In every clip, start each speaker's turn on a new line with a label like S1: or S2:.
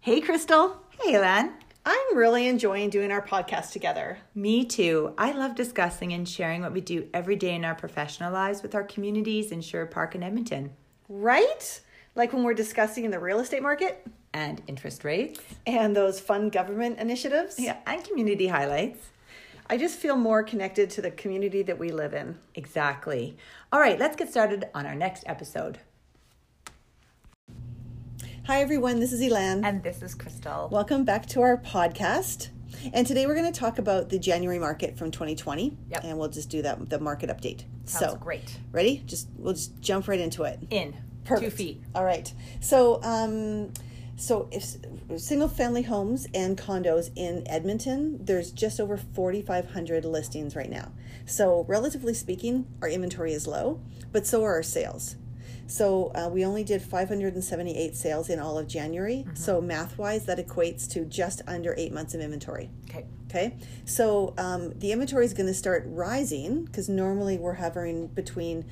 S1: Hey, Crystal.
S2: Hey, Lan.
S1: I'm really enjoying doing our podcast together.
S2: Me too. I love discussing and sharing what we do every day in our professional lives with our communities in Sherwood Park and Edmonton.
S1: Right? Like when we're discussing the real estate market
S2: And interest rates.
S1: and those fun government initiatives.
S2: Yeah, and community highlights.
S1: I just feel more connected to the community that we live in.
S2: Exactly. All right, let's get started on our next episode.
S1: Hi, everyone. This is Elan.
S2: And this is Crystal.
S1: Welcome back to our podcast. And today we're going to talk about the January market from 2020.
S2: Yep.
S1: And we'll just do that the market update.
S2: Sounds
S1: so,
S2: great.
S1: ready? Just we'll just jump right into it.
S2: In
S1: Perfect.
S2: two feet.
S1: All right. So, um, so if single family homes and condos in Edmonton, there's just over 4,500 listings right now. So, relatively speaking, our inventory is low, but so are our sales. So, uh, we only did 578 sales in all of January.
S2: Mm-hmm.
S1: So, math wise, that equates to just under eight months of inventory.
S2: Okay.
S1: Okay, so um, the inventory is going to start rising because normally we're hovering between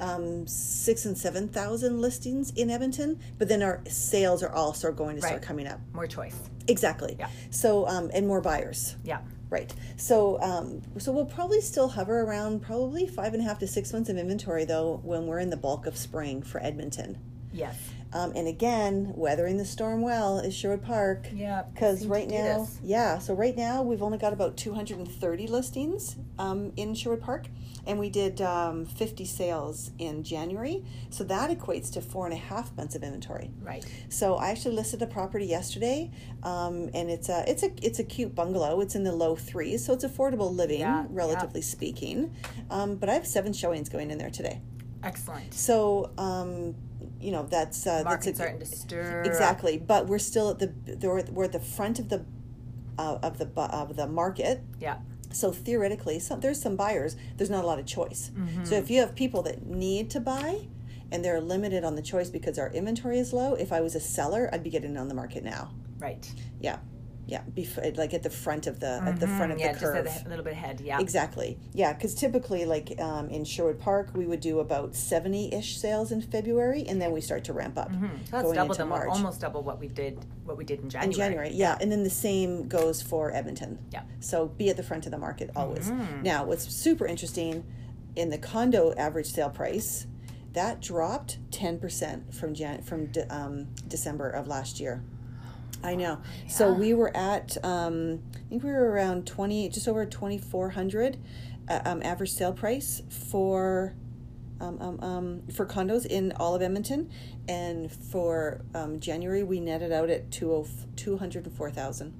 S1: um, six and seven thousand listings in Edmonton, but then our sales are also going to start
S2: Right.
S1: coming up.
S2: More choice.
S1: Exactly.
S2: Yeah.
S1: So um, and more buyers.
S2: Yeah.
S1: Right. So um, so we'll probably still hover around probably five and a half to six months of inventory though when we're in the bulk of spring for Edmonton.
S2: Yes.
S1: Um, and again, weathering the storm well is Sherwood Park.
S2: Yeah,
S1: Because
S2: seem to
S1: right
S2: do
S1: now,
S2: this.
S1: yeah, so right now we've only got about 230 listings um, in Sherwood Park, and we did um, 50 sales in January. So that equates to four and a half months of inventory.
S2: Right.
S1: So I actually listed a property yesterday, um, and it's a it's a it's a cute bungalow. It's in the low threes, so it's affordable living,
S2: Yeah, yeah.
S1: relatively speaking. Um, but I have seven showings going in there today.
S2: Excellent.
S1: So, um, you know, that's uh, that's a
S2: Market's starting to stir. up.
S1: exactly. But we're still at the we're at- we're at the front of the uh, of the bu- of the market.
S2: Yeah.
S1: So theoretically, some, there's some buyers. There's not a lot of choice.
S2: Mm-hmm.
S1: So if you have people that need to buy, and they're limited on the choice because our inventory is low. If I was a seller, I'd be getting on the market now.
S2: Right.
S1: Yeah, yeah, bef- like at the front of the at the front of
S2: Mm-hmm. yeah,
S1: the
S2: just
S1: curve.
S2: a he- little bit ahead. Yeah.
S1: Exactly. Yeah, because typically, like um, in Sherwood Park, we would do about seventy-ish sales in February, and then we start to ramp up
S2: Mm-hmm. So that's double than what- almost double what we did what we did in January.
S1: In January, yeah, and then the same goes for Edmonton.
S2: Yeah.
S1: So be at the front of the market always. Now, what's super interesting in the condo average sale price, that dropped ten percent from Jan from de- um, December of last year. I know. So we were at, um, I think we were around 20, just over 2,400 uh, um, average sale price for. Um, um, um, for condos in all of Edmonton, and for um, January we netted out at oh, 20 204,000.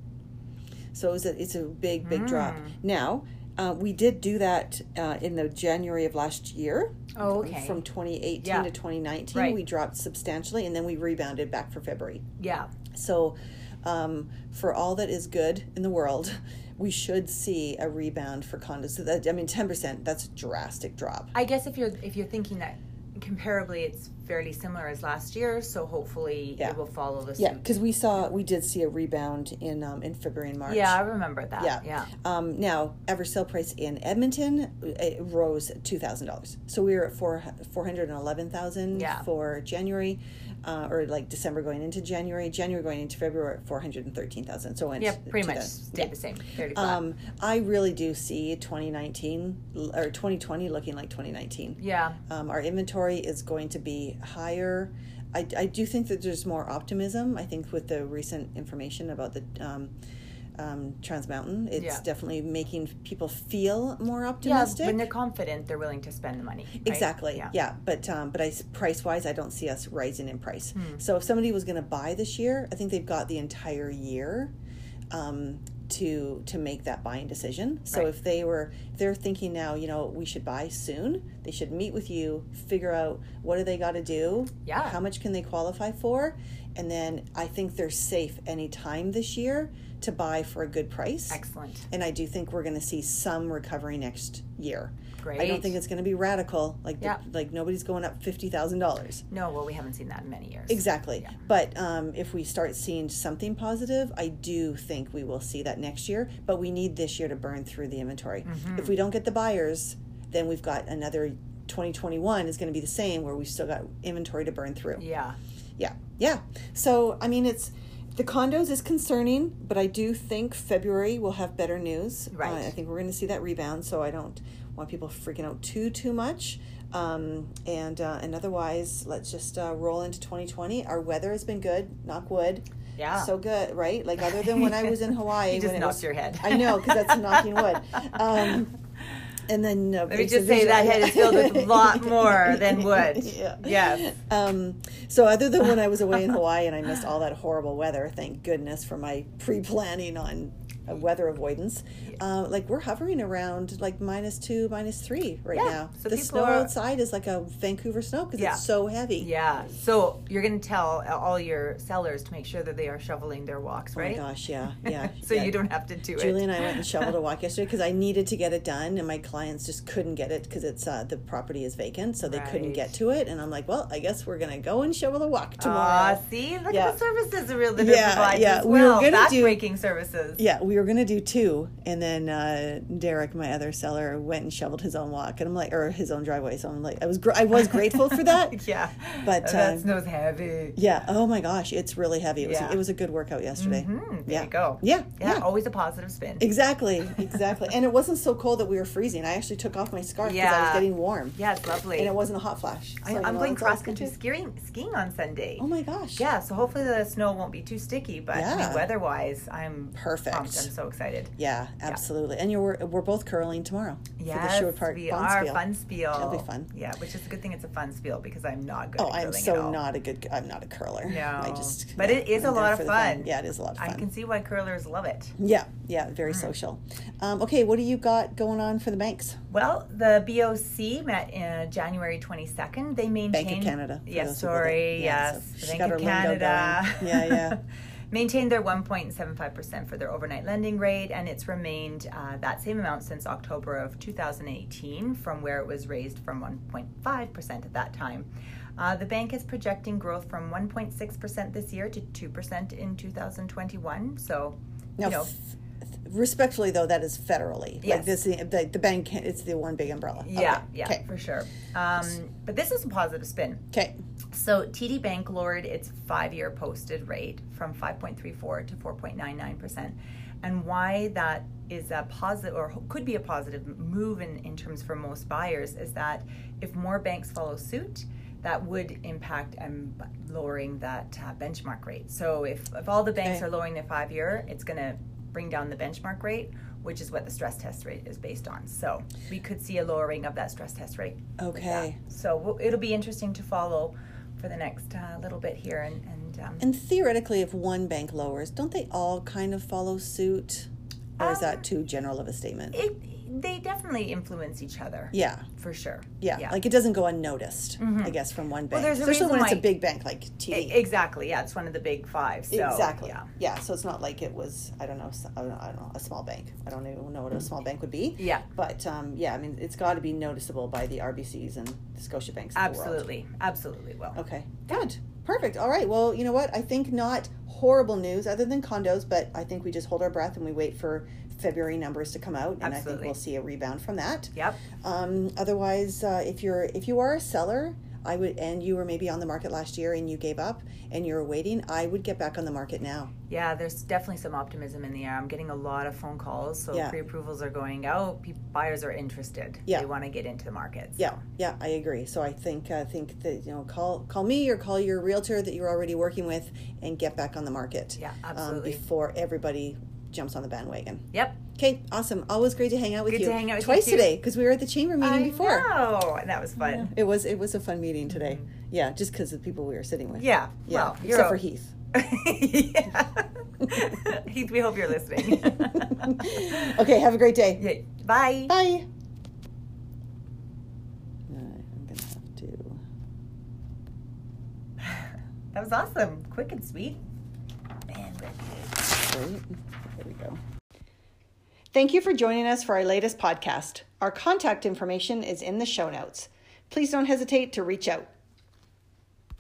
S1: So it was a, it's a big, big drop.
S2: Hmm.
S1: Now, uh, we did do that uh, in the January of last year.
S2: Oh, okay.
S1: From 2018
S2: Yeah.
S1: to 2019,
S2: Right.
S1: we dropped substantially, and then we rebounded back for February.
S2: Yeah.
S1: So, um, for all that is good in the world, we should see a rebound for condos. So that, I mean, ten percent—that's a drastic drop.
S2: I guess if you're if you're thinking that comparably, it's fairly similar as last year. So hopefully
S1: Yeah.
S2: it will follow the
S1: Yeah,
S2: suit.
S1: because we saw we did see a rebound in um, in February and March.
S2: Yeah, I remember that.
S1: Yeah.
S2: Yeah.
S1: Um, now, average sale price in Edmonton it rose two thousand dollars. So we were at four four hundred and eleven thousand
S2: Yeah.
S1: for January, uh, or like December going into January, January going into February at four hundred and thirteen thousand. So it went
S2: Yeah, pretty
S1: to
S2: much
S1: the-
S2: stayed the same. Fairly flat.
S1: Um, I really do see 2019 l- or 2020 looking like 2019.
S2: yeah.
S1: Um, our inventory is going to be higher. I, I do think that there's more optimism. I think with the recent information about the um, um, Trans Mountain, it's
S2: Yeah.
S1: definitely making people feel more
S2: Yeah.
S1: optimistic.
S2: When they're confident, they're willing to spend the money. right?
S1: Exactly.
S2: Yeah.
S1: Yeah. But um, but I price wise, I don't see us rising in price.
S2: Hmm.
S1: So if somebody was going to buy this year, I think they've got the entire year um, to to make that buying decision. So
S2: Right.
S1: if they were if they're thinking now, you know, we should buy soon. They should meet with you, figure out what do they got to do,
S2: Yeah.
S1: how much can they qualify for, and then I think they're safe any time this year to buy for a good price.
S2: Excellent.
S1: And I do think we're going to see some recovery next year. I don't
S2: Great.
S1: think it's going to be radical. Like the-
S2: Yeah.
S1: like nobody's going up fifty thousand dollars.
S2: No, well, we haven't seen that in many years.
S1: Exactly. But um, if we start seeing something positive, I do think we will see that next year. But we need this year to burn through the inventory. If we don't get the buyers, then we've got another. 2021 is going to be the same where we've still got inventory to burn through.
S2: Yeah.
S1: Yeah. Yeah. So, I mean, it's The condos is concerning, but I do think February will have better news.
S2: Right.
S1: Uh, I think we're going to see that rebound, so I don't want people freaking out too too much. Um, and uh, and otherwise, let's just uh, roll into 2020. Our weather has been good, knock wood.
S2: Yeah.
S1: So good, right? Like other than when I was in Hawaii,
S2: Ah. You just
S1: when it
S2: knocked
S1: was,
S2: your head.
S1: I know because that's knocking wood. Um, and then uh,
S2: Let me
S1: it's a
S2: just say
S1: visual-
S2: that head is filled with a lot more than wood.
S1: Yeah.
S2: Yes.
S1: Um, so other than when I was away in Hawaii and I missed all that horrible weather, thank goodness for my pre-planning on uh, weather avoidance. Uh, like we're hovering around like minus two, minus three right
S2: Yeah,
S1: now.
S2: so
S1: the
S2: people
S1: snow
S2: are-
S1: outside is like a Vancouver snow because
S2: Yeah.
S1: it's so heavy.
S2: Yeah. So you're going to tell all your sellers to make sure that they are shoveling their walks,
S1: Oh my
S2: right?
S1: gosh, yeah, yeah.
S2: so
S1: yeah.
S2: you don't have to do it.
S1: Julie and I went and shoveled a walk yesterday because I needed to get it done, and my clients just couldn't get it because it's uh, the property is vacant, so they couldn't
S2: Right.
S1: get to it. And I'm like, well, I guess we're gonna go and shovel the walk
S2: Ah,
S1: tomorrow.
S2: see, look
S1: Yeah.
S2: at the services the real that
S1: Yeah,
S2: yeah, provides
S1: yeah,
S2: as
S1: we were
S2: well.
S1: gonna
S2: That's
S1: do-
S2: breaking services.
S1: yeah, we were gonna do two, and then uh, Derek, my other seller, went and shoveled his own walk, and I'm like, or his own driveway. So I'm like, I was gr- I was grateful for that.
S2: Yeah,
S1: But,
S2: that
S1: um,
S2: snow's heavy.
S1: Yeah. Oh my gosh, it's really heavy. It was
S2: Yeah.
S1: it was a good workout yesterday.
S2: Mm, there
S1: yeah.
S2: you go.
S1: Yeah.
S2: yeah,
S1: yeah.
S2: Always a positive spin.
S1: Exactly, exactly. and it wasn't so cold that we were freezing. I actually took off my scarf because I was
S2: Yeah.
S1: getting warm.
S2: yeah, it's lovely.
S1: And it wasn't a hot flash.
S2: I,
S1: So, you
S2: I'm
S1: know,
S2: going
S1: it's always
S2: cross country
S1: good
S2: skiing skiing on Sunday.
S1: to- Oh my gosh.
S2: Yeah, so hopefully the snow won't be too sticky, but I mean,
S1: Yeah.
S2: weather-wise, I'm
S1: Perfect.
S2: pumped. I'm so excited.
S1: Yeah, absolutely. And you're we're, we're both curling tomorrow for the
S2: Yes,
S1: Sherwood Park
S2: we
S1: Bonds
S2: are
S1: Field.
S2: fun spiel.
S1: That'll be fun.
S2: Yeah, which is a good thing. It's a fun spiel because I'm not good.
S1: Oh,
S2: at
S1: I'm
S2: curling at
S1: so
S2: all.
S1: not a good. I'm not a curler.
S2: No.
S1: I just.
S2: But it is a
S1: I'm there
S2: lot of
S1: for the
S2: fun.
S1: Yeah, it is a lot of fun.
S2: I can Mm. see why curlers love it.
S1: yeah, yeah, very social. Um, okay, what do you got going on for the banks?
S2: Well, the BOC met in uh, January 22nd. They maintained
S1: Bank of Canada. for
S2: Yes,
S1: those people that-
S2: sorry.
S1: yeah, so
S2: yes,
S1: she's
S2: Bank
S1: got
S2: of
S1: her lingo going.
S2: Canada.
S1: Yeah, yeah.
S2: maintained their 1.75% for their overnight lending rate, and it's remained uh, that same amount since October of 2018, from where it was raised from 1.5% at that time. Uh, the bank is projecting growth from 1.6% this year to 2% in 2021. So,
S1: Now,
S2: you know,
S1: f- respectfully though, that is federally. Like
S2: Yes.
S1: this, the, the bank. It's the one big umbrella.
S2: yeah,
S1: Okay.
S2: yeah,
S1: Okay.
S2: for sure. Um, but this is a positive spin.
S1: Okay.
S2: So TD Bank lowered its five-year posted rate from 5.34 to 4.99 percent, and why that is a positive or could be a positive move in, in terms for most buyers is that if more banks follow suit, that would impact um, lowering that uh, benchmark rate. So if, if all the banks
S1: Okay.
S2: are lowering their five-year, it's going to bring down the benchmark rate, which is what the stress test rate is based on. So we could see a lowering of that stress test rate.
S1: Okay.
S2: So we'll- it'll be interesting to follow for the next uh, little bit here. And, and, um,
S1: And theoretically, if one bank lowers, don't they all kind of follow suit? Or is that too general of a statement?
S2: Um, it, they definitely influence each other
S1: yeah,
S2: for sure. E,
S1: yeah, Like it doesn't go unnoticed, I guess, from one bank.
S2: Mm-hmm. there's a
S1: Especially when
S2: reason
S1: it's a
S2: why-
S1: big bank like
S2: E-
S1: TD.
S2: exactly. Yeah, it's one of the big five. So,
S1: exactly.
S2: Yeah.
S1: Yeah. So it's not like it was, I don't know, s- I don't know, I don't know, a small bank. I don't even know what a small bank would be.
S2: Yeah.
S1: But um, yeah, I mean, it's got to be noticeable by the RBCs and the Scotia banks.
S2: Absolutely. Absolutely will.
S1: Okay. Good. Perfect. All right. Well, you know what? I think not horrible news other than condos, but I think we just hold our breath and we wait for February numbers to come out, and I think
S2: Absolutely.
S1: we'll see a rebound from that.
S2: Yep.
S1: Um, otherwise, uh, if you're if you are a seller, I would, and you were maybe on the market last year and you gave up and you're waiting, I would get back on the market now.
S2: Yeah, there's definitely some optimism in the air. I'm getting a lot of phone calls. So
S1: Yeah.
S2: pre approvals are going out. Pe- buyers are interested.
S1: Yeah.
S2: They want to get into the market. So.
S1: Yeah, yeah, I agree. So I think I think that you know call call me or call your realtor that you're already working with and get back on the market.
S2: Yeah,
S1: um,
S2: absolutely.
S1: before everybody jumps on the bandwagon.
S2: Yep.
S1: Okay, awesome. Always great to hang out with
S2: Good
S1: you.
S2: to hang out with you
S1: twice
S2: too.
S1: today because we were at the chamber meeting
S2: I
S1: before.
S2: know. And that was fun.
S1: It was it was a fun meeting today. Yeah, just because of the people we were sitting with.
S2: Yeah.
S1: yeah.
S2: Well,
S1: Except for
S2: a-
S1: Heath.
S2: yeah. Heath, we hope you're listening.
S1: okay, have a great day.
S2: Yeah. Bye.
S1: Bye. Uh, I'm gonna have to.
S2: That was awesome. Quick and sweet. Man, we're good.
S1: Great. There we go. Thank you for joining us for our latest podcast. Our contact information is in the show notes. Please don't hesitate to reach out.